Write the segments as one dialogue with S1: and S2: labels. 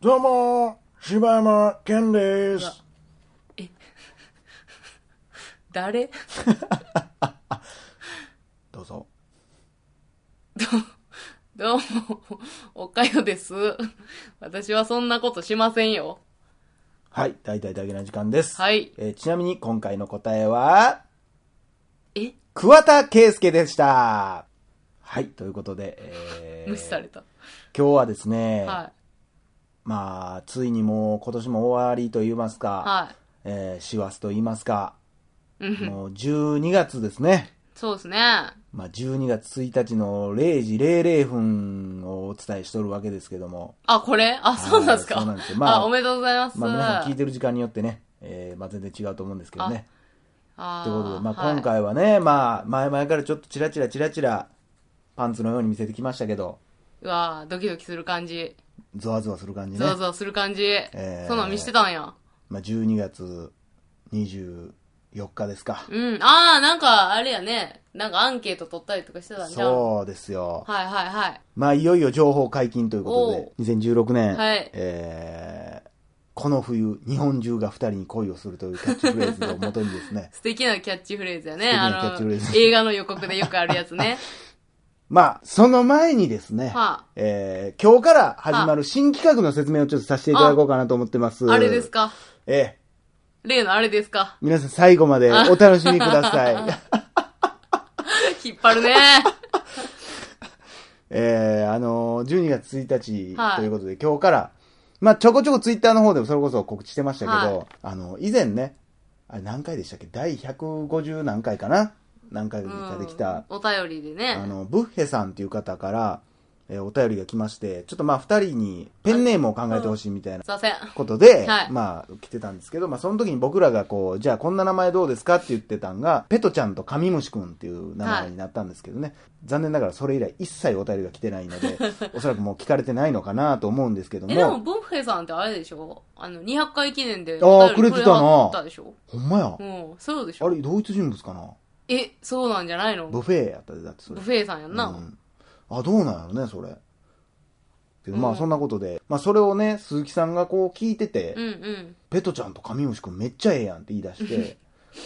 S1: どうも柴山健です
S2: 誰
S1: どうぞ
S2: どうも、おかよです。私はそんなことしませんよ。
S1: はい大体だけな時間です、
S2: はい。
S1: えーちなみに今回の答えは
S2: え
S1: 桑田佳祐でしたはいということで、えー
S2: 無視された。
S1: 今日はですね、
S2: はい。
S1: まあついにもう今年も終わりと言いますか、
S2: は
S1: えー師走と言いますか、
S2: い。うん。
S1: もう12月ですね。
S2: そうですね。は
S1: まあ、12月1日の0時00分をお伝えしとるわけですけども、
S2: あ、これあ、そうなんですか。
S1: そうなんですよまあ
S2: あ、おめでとうございます。
S1: まあ、皆さん聞いてる時間によってね、えーまあ、全然違うと思うんですけどね。
S2: あー
S1: ということで、まあ、
S2: はい
S1: 今回はね、まあ、前々からちょっとチラチラチラチラ、パンツのように見せてきましたけど、
S2: うわードキドキする感じ。
S1: ゾワゾワする感じ
S2: ゾ
S1: ね。
S2: ワゾワする感じ。
S1: ー
S2: そんなん見してたんや。
S1: まあ、12月24日ですか。
S2: うん。あー、なんか、あれやね。なんかアンケート取ったりとかしてたんじゃん。は
S1: そうですよ。
S2: いはいはい。
S1: まあ、いよいよ情報解禁ということで、2016年、
S2: はい、
S1: えーこの冬、日本中が二人に恋をするというキャッチフレーズをもとにですね
S2: 素敵なキャッチフレーズやね。
S1: 素敵
S2: あ
S1: なキャッチフレーズ
S2: の、映画の予告でよくあるやつね。
S1: まあ、その前にですね、
S2: はあ
S1: えー今日から始まる新企画の説明をちょっとさせていただこうかなと思ってます。
S2: あれですか
S1: ええ
S2: 例のあれで すか
S1: 皆さん最後までお楽しみください。
S2: 引っ張るね。
S1: えーあのー12月1
S2: はい
S1: 日ということで、今日から、まあ、ちょこちょこツイッターの方でもそれこそ告知してましたけど、
S2: は
S1: あの、以前ね、あれ何回でしたっけ第150何回かな何回かできた、
S2: うんお便りでね。
S1: あの、ブッヘさんっていう方から、えーお便りが来まして、ちょっとまあ、二人にペンネームを考えてほしいみたいな
S2: すいません。
S1: ことで、
S2: はい
S1: まあ、来てたんですけど、まあ、その時に僕らがこう、じゃあこんな名前どうですかって言ってたんが、ペトちゃんとカミムシくんっていう名前になったんですけどね、残念ながらそれ以来一切お便りが来てないの で、おそらくもう聞かれてないのかなと思うんですけど
S2: え、で
S1: も、
S2: も、ボンフェさんってあれでしょあの、200回記念で。
S1: あーくれてたな
S2: あったでしょ
S1: ほんまや
S2: う。ん、そうでし
S1: あ
S2: ょ
S1: れ、同一人物かな
S2: え、そうなんじゃないの
S1: ブ
S2: ブ
S1: フェやったで、だってそれ。
S2: フェさんやんな
S1: う。んあ、どうなんやろね、それ。けどま
S2: う
S1: あ、
S2: ん
S1: そんなことで、まあ、それをね、鈴木さんがこう聞いてて、
S2: うんうん。
S1: ペトちゃんとカミムシくんめっちゃええやんって言い出して、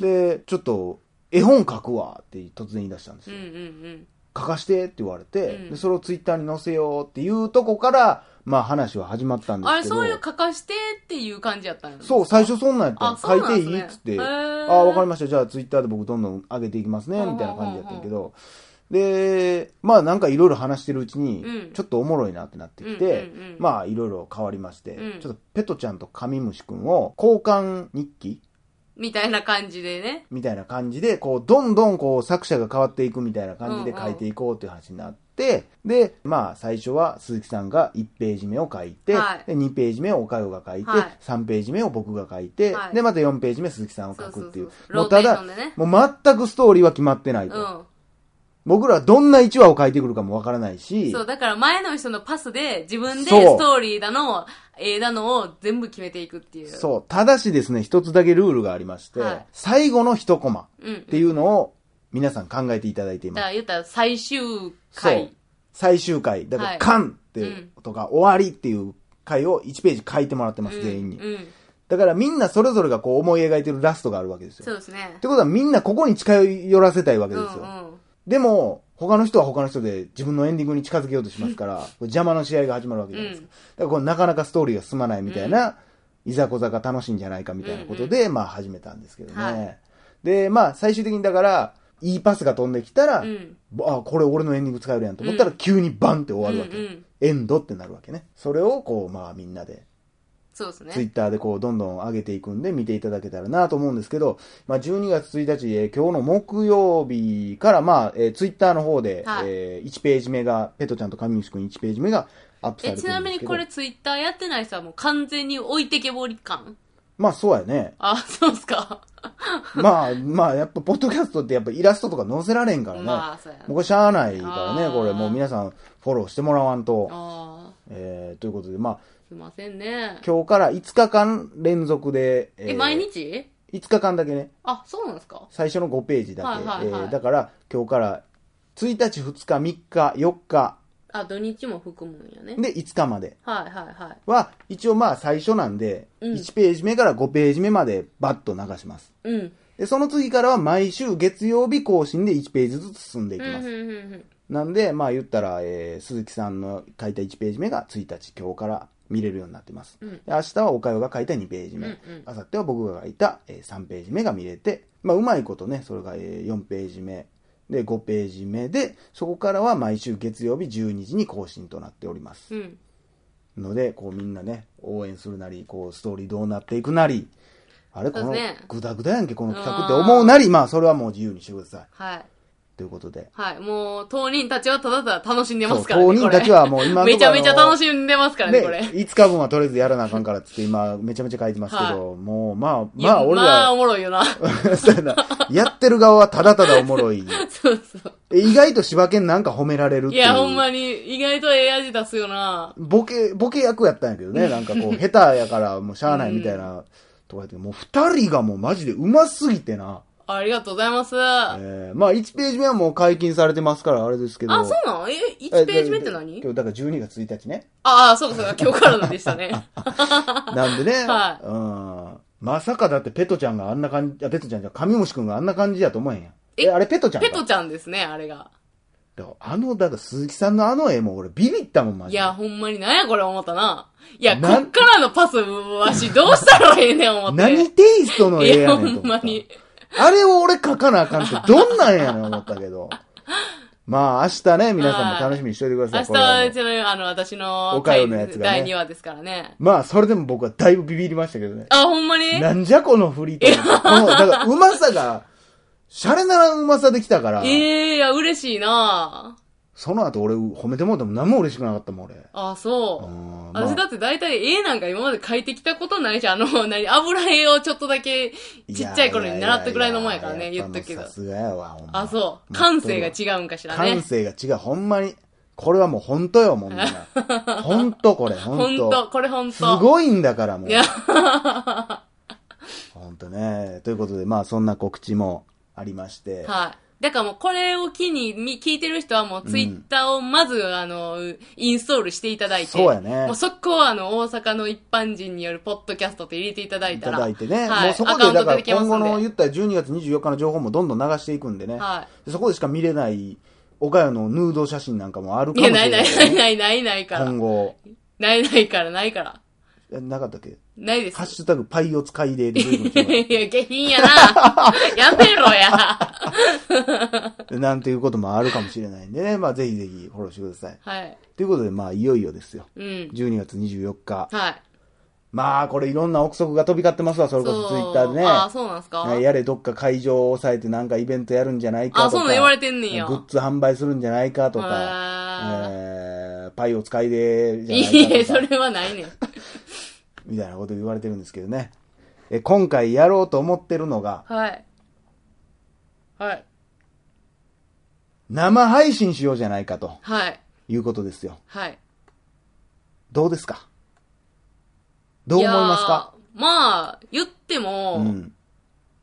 S1: で、ちょっと、絵本書くわって突然言い出したんです
S2: うんう
S1: よ。
S2: ん
S1: 書かしてって言われて、
S2: うん
S1: でそれをツイッターに載せようっていうとこから、まあ話は始まったん
S2: う
S1: です
S2: ん。あ
S1: けど。
S2: れ、そういう書かしてっていう感じやったんやろ
S1: そう、最初そんなんやったん
S2: あ
S1: 書
S2: そう
S1: い
S2: なん
S1: てい
S2: すね
S1: いっつって、
S2: へ
S1: あ
S2: ー
S1: あ、わかりました。じゃあツイッターで僕どんどん上げていきますね、
S2: ほうほう
S1: みたいな感じやったんやけど。で、まあなんかいろいろ話してるうちに、
S2: うん
S1: ちょっとおもろいなってなってきて、
S2: うんうんうん
S1: まあいろいろ変わりまして、
S2: うん
S1: ちょっとペトちゃんとカミムシくんを交換日記
S2: みたいな感じでね。
S1: みたいな感じで、こう、どんどんこう、作者が変わっていくみたいな感じで書いていこうという話になって、で、まあ、最初は鈴木さんが1ページ目を書いて、
S2: はい
S1: で2ページ目を岡代が書いて、
S2: はい
S1: 3ページ目を僕が書いて、
S2: はい
S1: で、また4ページ目鈴木さんを
S2: そ
S1: 書
S2: うそ
S1: くっ
S2: う
S1: て
S2: そ
S1: いうう。。
S2: ロ
S1: も
S2: ー
S1: う
S2: テー
S1: た
S2: ショ
S1: だ
S2: ン、でね。
S1: もう全くストーリーは決まってないうと。
S2: ん。
S1: 僕らはどんな1話を書いてくるかもわからないし、
S2: そう、だから前の人のパスで自分で
S1: そう
S2: ストーリーだの、絵だのを全部決めていくっていう。
S1: そうただしですね、一つだけルールがありまして、
S2: はい
S1: 最後の一コマ
S2: うん。
S1: っていうのを皆さん考えていただいています
S2: だか。ら言ったら最終
S1: そう
S2: 回。。
S1: 最終回。だか
S2: は
S1: ら、
S2: い
S1: カンって、
S2: うん
S1: とか、終わりっていう回を1ページ書いてもらってます、全員に。
S2: うんうん。
S1: だからみんなそれぞれがこう思い描いてるラストがあるわけです
S2: そ
S1: よ。
S2: うですね
S1: っ。てことはみんなここに近寄らせたいわけ
S2: う
S1: で
S2: ん
S1: す
S2: う
S1: よ。
S2: ん。
S1: でも、他の人は他の人で自分のエンディングに近づけようとしますから、これ邪魔の試合が始まるわけじゃないですか。だからこれなかなかストーリーが進まないみたいな、いざこざが楽しいんじゃないかみたいなことで、まあ始めたんですけどね。
S2: はい
S1: で、まあ最終的にだから、いいパスが飛んできたら、
S2: うん
S1: あ、これ俺のエンディング使えるやんと思ったら急にバンって終わるわけ。
S2: うんうん
S1: エンドってなるわけね。それをこう、まあみんなで
S2: そうです
S1: ツイ
S2: ね。
S1: ッターでこうどんどん上げていくんで見ていただけたらなと思うんですけど、まあ、12月1日、えー今日の木曜日から、まあえーツイッターの方で、
S2: はい
S1: えー1ページ目が、ペトちゃんと上西くん1ページ目がアップされ
S2: え、
S1: て
S2: ち
S1: る
S2: なん
S1: で
S2: み
S1: す
S2: に
S1: けど。
S2: これツイッターやってない人はもう完全に置いてけぼり感
S1: まあそうや ね。
S2: あ、そうっすか。
S1: まあまあやっぱポッドキャストってやっぱイラストとか載せられんからね。
S2: まあ、そうやな
S1: もう。これしゃあないから
S2: あ
S1: ね、
S2: ー
S1: これもう皆さんフォローしてもらわんと。
S2: あ
S1: えーということで、まあ
S2: ーすいませんね。
S1: 今日から5日間連続で、
S2: え、
S1: ー
S2: 毎日
S1: ?5 日間だけね。
S2: あ、そうなんですか
S1: 最初の5ページだけ、
S2: はいはいはい
S1: えーだから今日から1日2日3日4日
S2: あ、土日も含むんやね。
S1: で、5日まで
S2: はいはいはい。
S1: は、一応まあ最初なんで、
S2: うん
S1: 1ページ目から5ページ目までバッと流します。
S2: うん。
S1: で、その次からは毎週月曜日更新で1ページずつ進んでいき
S2: うん
S1: ます。
S2: うんうんうん
S1: なんで、まあ言ったら、えー鈴木さんの書いた1ページ目が1日、今日から見れるようになってます。
S2: うん
S1: で明日は岡山が書いた2ページ目、
S2: うんうん
S1: 明後日は僕が書いた、えー3ページ目が見れて、まあうまいことね、それが、えー4ページ目、で、5ページ目で、そこからは毎週月曜日12時に更新となっております。
S2: うん。
S1: ので、こうみんなね、応援するなり、こうストーリーどうなっていくなり、あれ、こ
S2: そう
S1: の
S2: ですね、
S1: グダグダやんけ、この企画って思うなり、まあそれはもう自由にしてください。
S2: はい。
S1: ということで。
S2: はい。もう、当人たちはただただ楽しんでますからね。
S1: そう当人たちはもう今の
S2: これめちゃめちゃ楽
S1: し
S2: しんでますからね、これ。
S1: ね、5日分はとりあえずやらなあかんからっつって今、めちゃめちゃ書いてますけど、もう、まあ、
S2: い
S1: ま
S2: や
S1: あ、俺
S2: まあ、
S1: ら、
S2: おもろいよ な。
S1: そうやな、やってる側はただただおもろい。
S2: そうそう。
S1: え意外と柴犬なんか褒められるっ
S2: い
S1: ていう。
S2: や、ほんまに、意外とええ味出すよな。
S1: ボケ、ボケ役やったんやけどね、なんかこう、下手やからもうしゃあないみたいな、とか言って、もう二人がもうマジで上手すぎてな。
S2: ありがとうございます。
S1: えー、まあ1ページ目はもう解禁されてますから、あれですけど。
S2: あ、そうなのえ、1ページ目って何
S1: え今日だから12月1日ね。
S2: ああ、そうかそうか、今日からので したね。
S1: なんでね。
S2: はい
S1: うん。まさかだってペトちゃんがあんな感じ、あ、ペトちゃんじゃ、カミムシくんがあんな感じやと思えんやん。
S2: え
S1: え、あれペトちゃんか
S2: ペトちゃんですね、あれが。
S1: だからあの、だから鈴木さんのあの絵も俺ビビったもん、マジ
S2: い
S1: で。
S2: や、ほんまになんやこれ思ったな。いや、こ
S1: な
S2: っからのパス、わし、どうしたらええねん思って。
S1: 何テイストの絵
S2: いや、
S1: や
S2: ほ
S1: ねんと
S2: ん
S1: 思
S2: ま
S1: った。
S2: に。
S1: あれを俺書かなあかんってどんなんやねん思ったけど。まあ明日ね、皆さんも楽しみにしておいてください。
S2: 明日
S1: これはも
S2: は、
S1: う
S2: ちなみに、あの、私の
S1: おかよのやつがね
S2: 第2話ですからね。
S1: まあそれでも僕はだいぶビビりましたけどね。
S2: あ、ほんまに
S1: なんじゃこの振りと思って。この、だからうまさが、シャレならんうまさできたから、
S2: ええいや、嬉しいな
S1: その後俺褒めてもらっても何も嬉しくなかったもん俺。
S2: あ、そうう。
S1: んまあ
S2: 私だって大体絵なんか今まで描いてきたことないし、あの、 何、油絵をちょっとだけちっちゃい頃に習ったぐらいのもんやからね、
S1: いや
S2: 言っとくけど
S1: やっぱもうさ。すがやわ、ほんま。
S2: あ、そう。
S1: も
S2: 感
S1: っとる
S2: 性
S1: わ
S2: が違うんかしらね
S1: 感。性が違う。ほんまに。これはもう本当よ、もう みんな。本当これ、
S2: ほ
S1: 本
S2: ん
S1: 当
S2: と、これほんと。
S1: すごいんだから、もう
S2: い。や、
S1: 本当ね。ということで、まあそんな告知もありまして。
S2: はい。だからもうこれを機にみ聞いてる人はもうツイッターをまず、あの、インストールしていただいて。
S1: そうやね
S2: もう速攻あの、大阪の一般人によるポッドキャストって入れていただい
S1: い
S2: た
S1: た
S2: ら。
S1: だいてね。
S2: はい、
S1: もうそこ
S2: アカ
S1: で、
S2: ウント
S1: だから
S2: 出てきます
S1: 今後
S2: んで
S1: の言ったら12月24日の情報もどんどん流していくんでね。
S2: は
S1: でそこでしか見れない、岡山のヌード写真なんかもある
S2: い。
S1: か
S2: い
S1: もしれ
S2: や、
S1: な
S2: ないい
S1: ね、
S2: ないないないないないから。
S1: 今後。
S2: ないないから、ないから。
S1: えなかったっけ
S2: ないです。
S1: ハッシュタグパイを使いでで随分違う
S2: いや、下品やな。やめろや。
S1: なんていうこともあるかもしれないんでね。まあぜひぜひフォローしてください。
S2: はい。
S1: ということで、まあいよいよですよ。
S2: うん。
S1: 12月24日。
S2: はい。
S1: まあこれいろんな憶測が飛び交ってますわ、それこそツイッターでね。
S2: ああ、そうなんすか
S1: はいやれどっか会場を抑えてなんかイベントやるんじゃないかとか。
S2: あ、そうなん言われてんねんや。
S1: グッズ販売するんじゃないかとか、
S2: あ
S1: えー、パイを使いで
S2: ー
S1: じゃ
S2: いい
S1: ない
S2: え、
S1: かと
S2: そ
S1: か、
S2: れはないね ん。
S1: みたいなこと言われてるんですけどね。え今回やろうと思ってるのが、
S2: はい。はい。
S1: 生配信しようじゃないかと
S2: はい。
S1: いうことですよ。
S2: はい。
S1: どうですかどう思いますか
S2: いやーまあ、言っても、
S1: うん。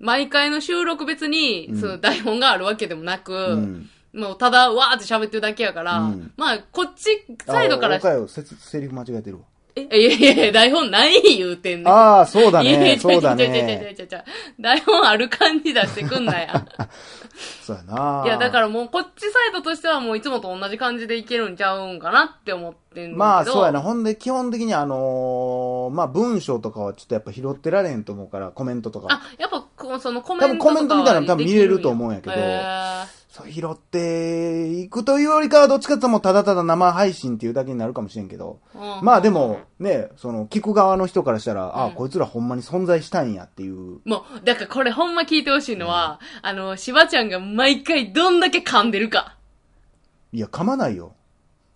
S2: 毎回の収録別に、
S1: うん
S2: その台本があるわけでもなく、
S1: うん。
S2: もうただわーって喋ってるだけやから、
S1: うん
S2: まあ、こっちサイドから
S1: あ、岡よ、せつセリフ間違えてるわ。
S2: え、いやいやいや、台本ない言うてんねん。
S1: ああ、そう だ
S2: いやいや
S1: ね。そうだ
S2: ちゃちゃち
S1: ね。
S2: ゃちゃちゃちゃ台本ある感じ出してくんなや。
S1: そうやな。
S2: いや、だからもうこっちサイドとしてはもういつもと同じ感じでいけるんちゃうんかなって思ってんねんけど。
S1: まあそうやな。。ほんで基本的にあのーまあ文章とかはちょっとやっぱ拾ってられへんと思うから、コメントとかは。
S2: あ、やっぱこう、そのコメ
S1: 多分
S2: ントと
S1: コ
S2: か
S1: メントみたいなの多分見れると思うんやけど
S2: へー
S1: そう拾っていくというよりかはどっちかっていうともうただただ生配信っていうだけになるかもしれんけど。
S2: うん
S1: まあでもね、その聞く側の人からしたら、あ
S2: う
S1: あ、
S2: ん
S1: こいつらほんまに存在したんやっていう。
S2: もう、だからこれほんま聞いてほしいのは、あの、しばちゃんが毎回どんだけ噛んでるか。
S1: いや、噛まないよ。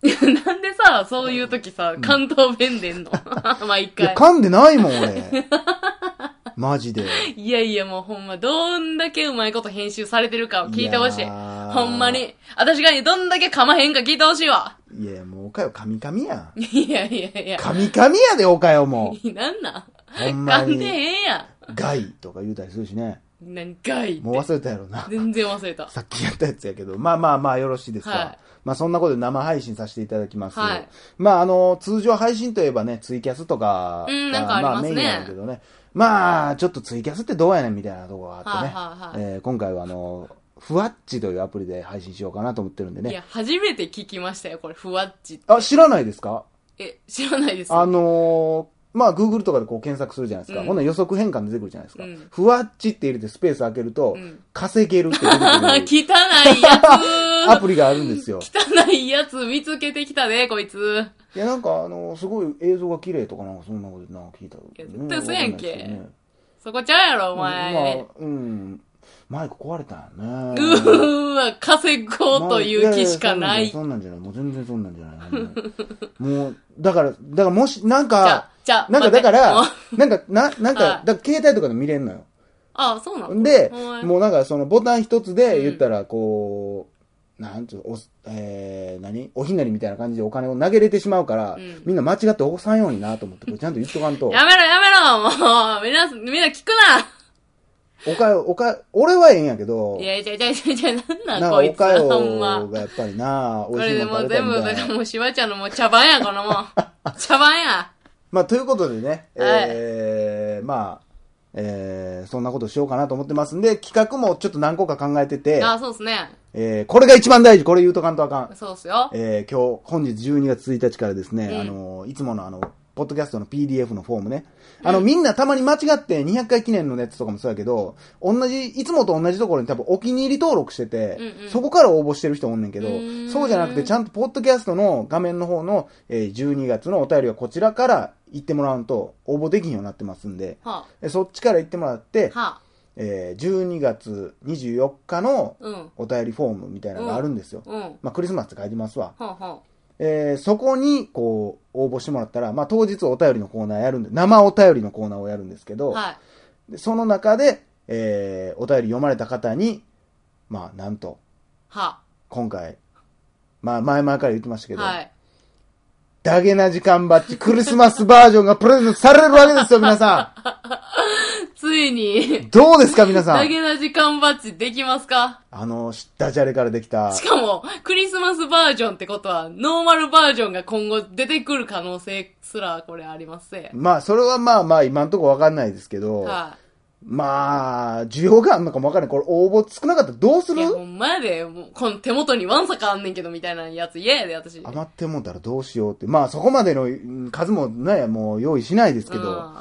S2: いや、なんでさ、そういう時さ、関東弁でんの 毎
S1: いや、
S2: 回。
S1: 噛んでないもん俺。マジで。
S2: いやいや、もうほんま、どんだけうまいこと編集されてるかを聞いてほし
S1: い
S2: い。
S1: やー
S2: ほんまに。私がどんだけ噛まへんか聞いてほしいわ。
S1: いや、もうおかよ、噛み噛みやん。
S2: いやいやいや。
S1: 噛み噛みやで、おかよも。
S2: なんなん
S1: ほんま
S2: 噛んで
S1: に。
S2: へんや
S1: 害とか言うたりするしね。
S2: ん。何回って
S1: もう忘れたやろな。
S2: 全然忘れた。
S1: さっきやったやつやけど、まあまあまあよろしいですか。
S2: はい
S1: まあそんなことで生配信させていただきます。
S2: はい
S1: まああの、通常配信といえばね、ツイキャスとかが、
S2: うんなんかあり
S1: ま
S2: ま
S1: あ
S2: す
S1: メイ
S2: ね
S1: ンなんだけどね。まあ、ちょっとツイキャスってどうやねんみたいなとこがあって
S2: はいはい
S1: ね。えー今回はあの、ふわっちというアプリで配信しようかなと思ってるんで
S2: い
S1: ね。
S2: や、初めて聞きましたよ、これ、ふわっち。
S1: あ、知らないですか
S2: え、知らないです。
S1: あ
S2: は
S1: のーまあ、Google とかでこう検索するじゃないですか。
S2: うん
S1: ほんなら予測変換で出てくるじゃないですか。
S2: うん
S1: ふわっちって入れてスペース開けると、
S2: うん
S1: 稼げるって出てく
S2: は 汚
S1: る
S2: いや
S1: アプリがあるん ですよ。
S2: つ。汚いやつ見つけてきたね、こいつ。
S1: いや、なんかあのーすごい映像が綺麗とかなんかそんなことなんか聞いた
S2: いや絶対嘘やんけ
S1: わかないですよね
S2: そこちゃうやろ、お
S1: ま
S2: 前。
S1: あ、うん。マイク壊れたんや
S2: う
S1: ね。
S2: ーわ、稼ごうという気し
S1: まあ
S2: かな
S1: や
S2: い。
S1: や
S2: じ
S1: そんなんじゃない。もう全然そんなんじゃない。もう、だから、だからもし、なんか
S2: ゃ、、じゃ、
S1: なんかだ
S2: 待って
S1: から
S2: もう、
S1: なんか、な、なんか、
S2: は
S1: だ
S2: い
S1: から携帯とかで見れんのよ。
S2: あ、そうなの
S1: で
S2: お前、
S1: もうなんかそのボタン一つ
S2: う
S1: で
S2: ん
S1: 言ったらこう、なんつうの、おす、えー、何おひねりみたいな感じでお金を投げれてしまうから、
S2: うん
S1: みんな間違って起こさんようになと思って、これちゃんと言っとかんと。
S2: やめろ、やめろ、もう、みんな、みんな聞く
S1: おかよ、おか、俺はええんやけど
S2: な。い、やいやいやいやいや、な
S1: な
S2: んなんん
S1: か
S2: こい
S1: お
S2: つ、
S1: か
S2: ほんま
S1: よ。がやっぱりな、
S2: こ
S1: 美味し
S2: れ
S1: い
S2: で
S1: も
S2: も
S1: ん
S2: う
S1: 食べたい
S2: 全
S1: み
S2: 部、
S1: たいな
S2: だからもうしばちゃんのもう茶番や、このもう。茶番や。
S1: まあ、ということでね、えーまあ、えーそんなことしようかなと思ってますんで、企画もちょっと何個か考えてて、
S2: あ、そうっすね。
S1: えーこれが一番大事、これ言うとかんとあかん。
S2: そうっすよ。
S1: えー今日、本日12月1日からですね、
S2: うん
S1: あの、いつものあの、ポッドキャストの PDF のフォームね。あの、みんなたまに間違って200回記念のやつとかもそうやけど、同じ、いつもと同じところに多分お気に入り登録してて、
S2: うんうん
S1: そこから応募してる人おんねんけど
S2: うー、ん
S1: そうじゃなくてちゃんとポッドキャストの画面の方の、えー12月のお便りはこちらから行ってもらうと応募できひんようになってますんで、
S2: は
S1: えそっちから行ってもらって
S2: あ、、はあ、
S1: えー12月24日の
S2: うん、
S1: お便りフォームみたいなのがあるんですよ。
S2: うん、ほ
S1: まあ、クリスマスって書いてますわ。
S2: うほ
S1: えーそこに、こう、応募してもらったら、まあ、当日お便りのコーナーやるんで、生お便りのコーナーをやるんですけ
S2: う。
S1: ど、
S2: はい。
S1: でその中で、えーお便り読まれた方に、まあ、なんと、
S2: は
S1: 今回、まあ、前々から言ってましたけ
S2: あ、
S1: ど、
S2: はい。
S1: ダゲな時間バッジ、クリスマスバージョンがプレゼントされるわけですよ、皆さ
S2: ついに
S1: ん。、どうですか、皆さ
S2: だ
S1: ん。
S2: けな時間バッジできますか
S1: あの、ダジャレからできた
S2: し、かも、クリスマスバージョンってことは、ノーマルバージョンが今後出てくる可能性すら、これありますね。
S1: まあ、それはまあまあ、今んとこわかんないですけど、
S2: は
S1: まあ、需要があるのかもわかんない。これ、応募少なかったらどうす
S2: い。い
S1: る
S2: や、ほんまやで、もう、この手元にワンサカあんねんけど、みたいなやつ嫌やで、私。
S1: 余ってもうたらどうしようって。まあそこまでのうん数もね、もう用意しないですけど、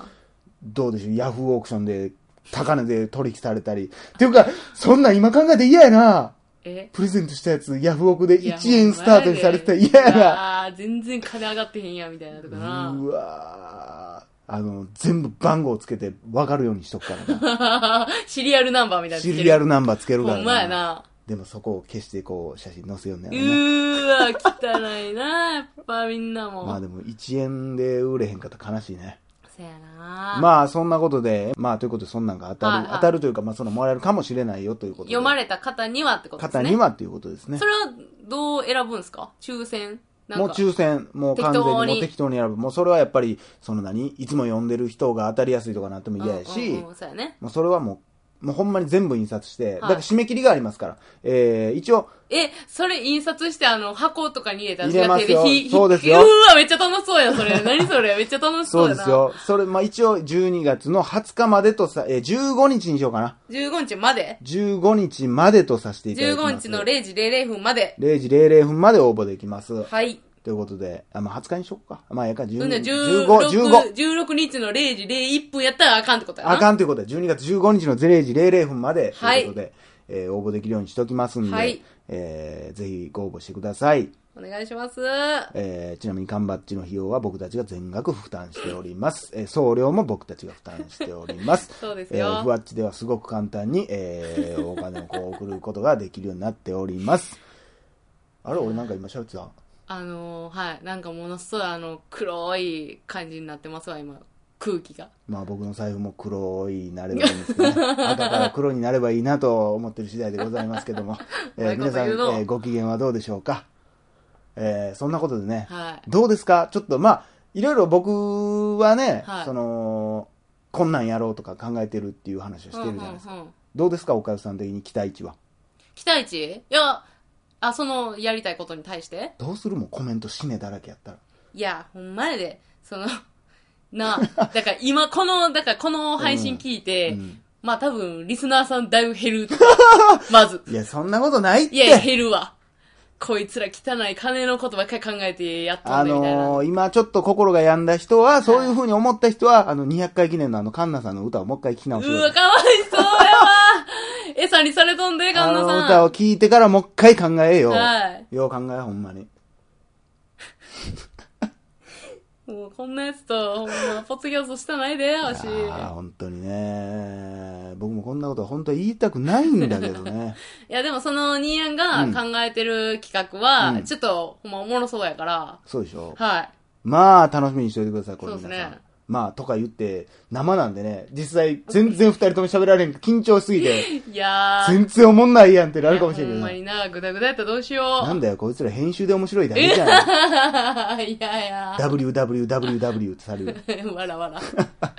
S1: どうでしょう、ヤフーオークションで高値で取引されたり。っていうか、そんなん今考えて嫌やな。
S2: うん、え
S1: プレゼントしたやつ、ヤフオクで1円スタートにされてたら嫌や
S2: ああ、全然金上がってへんや、みたいなとか
S1: な。
S2: な。
S1: うわーあの、全部番号つけて分かるようにしとくからな。
S2: シリアルナンバーみたいな。
S1: シリアルナンバーつけるか
S2: ほ
S1: ら
S2: んまやな。
S1: でもそこを消してこう、写真載せようね
S2: う。ーわ、汚いな、やっぱみんなも。
S1: まあでも1円で売れへんかったら悲しいね。
S2: そやな、
S1: まあそんなことで、まあということでそんなんが当たる、
S2: はいはい
S1: 当たるというか、まあそのもらえるかもしれないよということで。
S2: 読まれた方にはってことです
S1: 方
S2: ね。
S1: にはっていうことですね
S2: そ。れはどう選ぶんですか抽選なんか
S1: もう抽選、もう完全にもう
S2: 適当に
S1: 適当に選ぶ。もうそれはやっぱり、その何いつも読んでる人が当たりやすいとかなっても嫌やし、
S2: うんうんうんそうやね。
S1: もうそれはもう、もうほんまに全部印刷して、だ
S2: い
S1: から締め切りがありますから、えー、一応、
S2: え、それ印刷してあの、箱とかに入れたら
S1: 入れますよ
S2: それ手ひひ
S1: そうですよ
S2: うわ、めっちゃ楽しそうや、それ。 何それ、めっちゃ楽し
S1: そ
S2: そうう
S1: で
S2: やな。
S1: す。よ。それ、まあ一応12月の20日までとさ、えー、15日にしようかな。
S2: 15日まで
S1: 15日までとさせていただきます。
S2: 15日の0時00分まで。
S1: 0時00分まで応募できます。
S2: はい。
S1: ということで、あ、まあ、20日にしよっか。まあ、ええか、
S2: うん
S1: 15、
S2: 16
S1: 15。
S2: 16日の0時01分やったらあかんってことやな。
S1: あかんということで、12月15日の0時00分まで、と
S2: はいいう
S1: ことで、えー応募できるようにしておきますんで、
S2: はい
S1: えーぜひご応募してください。
S2: お願いします。
S1: えーちなみに缶バッジの費用は僕たちが全額負担しております。えー送料も僕たちが負担しております。
S2: そう ですよ
S1: えーふわっちではすごく簡単に、えーお金をこう送ることができるようになっております。あれ俺なんか今喋ってた
S2: あのー、はい。なんかものすごいあの、黒い感じになってますわ、今。空気が。
S1: まあ僕の財布も黒いなればいいんですけどね。赤から黒になればいいなと思ってる次第でございますけど も。えー
S2: う
S1: 皆
S2: まいこと
S1: さん、え
S2: 言うの
S1: ーご機嫌はどうでしょうか。えーそんなことでね、
S2: はい。
S1: どうですかちょっとまあ、いろいろ僕はね、
S2: はい
S1: その、こんなんやろうとか考えてるっていう話をしてるじゃないですか。
S2: うんうんうん
S1: どうですか岡かさん的に期待値は。
S2: 期待値いや、あ、その、やりたいことに対して
S1: どうするもうコメント死ねだらけやったら。
S2: いや、ほんまやで、その、 なあ、だから今この、だからこの配信聞いて、
S1: うん
S2: まあ多分、リスナーさんだいぶ減る。 まず。
S1: いや、そんなことないって。
S2: いやいや、減るわ。こいつら汚い金のことばっかり考えてやっと
S1: あ
S2: んねみたいな。
S1: のー今ちょっと心が病んだ人は、そういう風に思った人は、あの、200回記念のあの、カンナさんの歌をもう一回聴き直して
S2: う
S1: ください。
S2: わ、かわいそうやわ。 餌にされとんで、
S1: あ
S2: 神
S1: の
S2: 田
S1: 歌
S2: さ
S1: を聴いてからもう一回考えよ
S2: ん。
S1: う。
S2: は
S1: よう考え、ほんまに。
S2: い。もうこんなやつと、ほんま、ポツギャストしたないで、わし。
S1: ああ、本当にね。僕もこんなことは本当は言いたくないんだけどね。
S2: いや、でもその、ニーヤンが考えてる企画は、
S1: うん
S2: ちょっと、ほんま、おもろそうやから、
S1: そうでしょ
S2: はい。
S1: まあ、楽しみにしておいてください、これ
S2: そうです
S1: 皆
S2: ね
S1: さん。まあ、とか言って、生なんでね、実際、全然二人とも喋られん、緊張しすぎ て、
S2: いやー。
S1: 全然おもんないやんってなるかもしれ
S2: ほん
S1: な
S2: ま
S1: いけ
S2: にな、ぐだぐだやったらどうしよ
S1: ど。
S2: う。
S1: なんだよ、こいつら編集で面白いだけじゃん。
S2: いやいや。
S1: www ってされるよ。
S2: わらわら。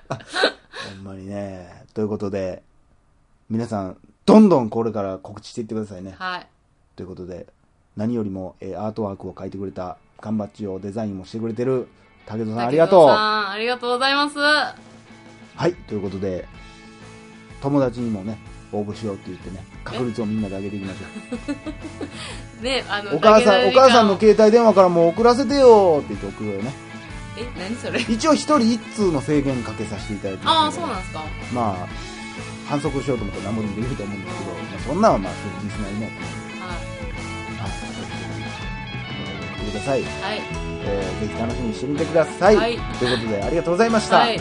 S1: ほんまにね。ということで、皆さん、どんどんこれから告知していってくださいね。
S2: はい。
S1: ということで、何よりも、えーアートワークを書いてくれた、缶バッジをデザインもしてくれてる、竹戸さんありがとう。
S2: 竹野さんありがとうございます。
S1: はい、ということで、友達にもね、応募しようって言ってね、確率をみんなで上げていきまし
S2: ね、あ
S1: ょう。
S2: の、
S1: お母さ
S2: 投
S1: ん、お母
S2: げられる時間
S1: さんの携帯電話からもう送らせてよって言って送るよね。
S2: え、何それ
S1: 一応一人一通の制限かけさせていただいて
S2: ああ、
S1: ます
S2: そ
S1: け
S2: う
S1: どね
S2: なんですか。
S1: まあ、反則しようと思ったら何もでもできると思うんですけど、まあ、そんなんはまあ、そういうリスナーいないと思う
S2: は
S1: ので、はい、送ってください。
S2: い。
S1: えーぜひ楽しみにしてみてください。
S2: はい
S1: ということで、ありがとうございました。
S2: はい。はい。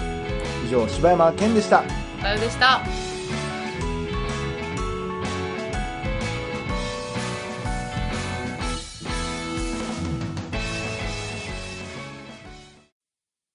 S1: 以上、柴山健でした。
S2: お疲れでした。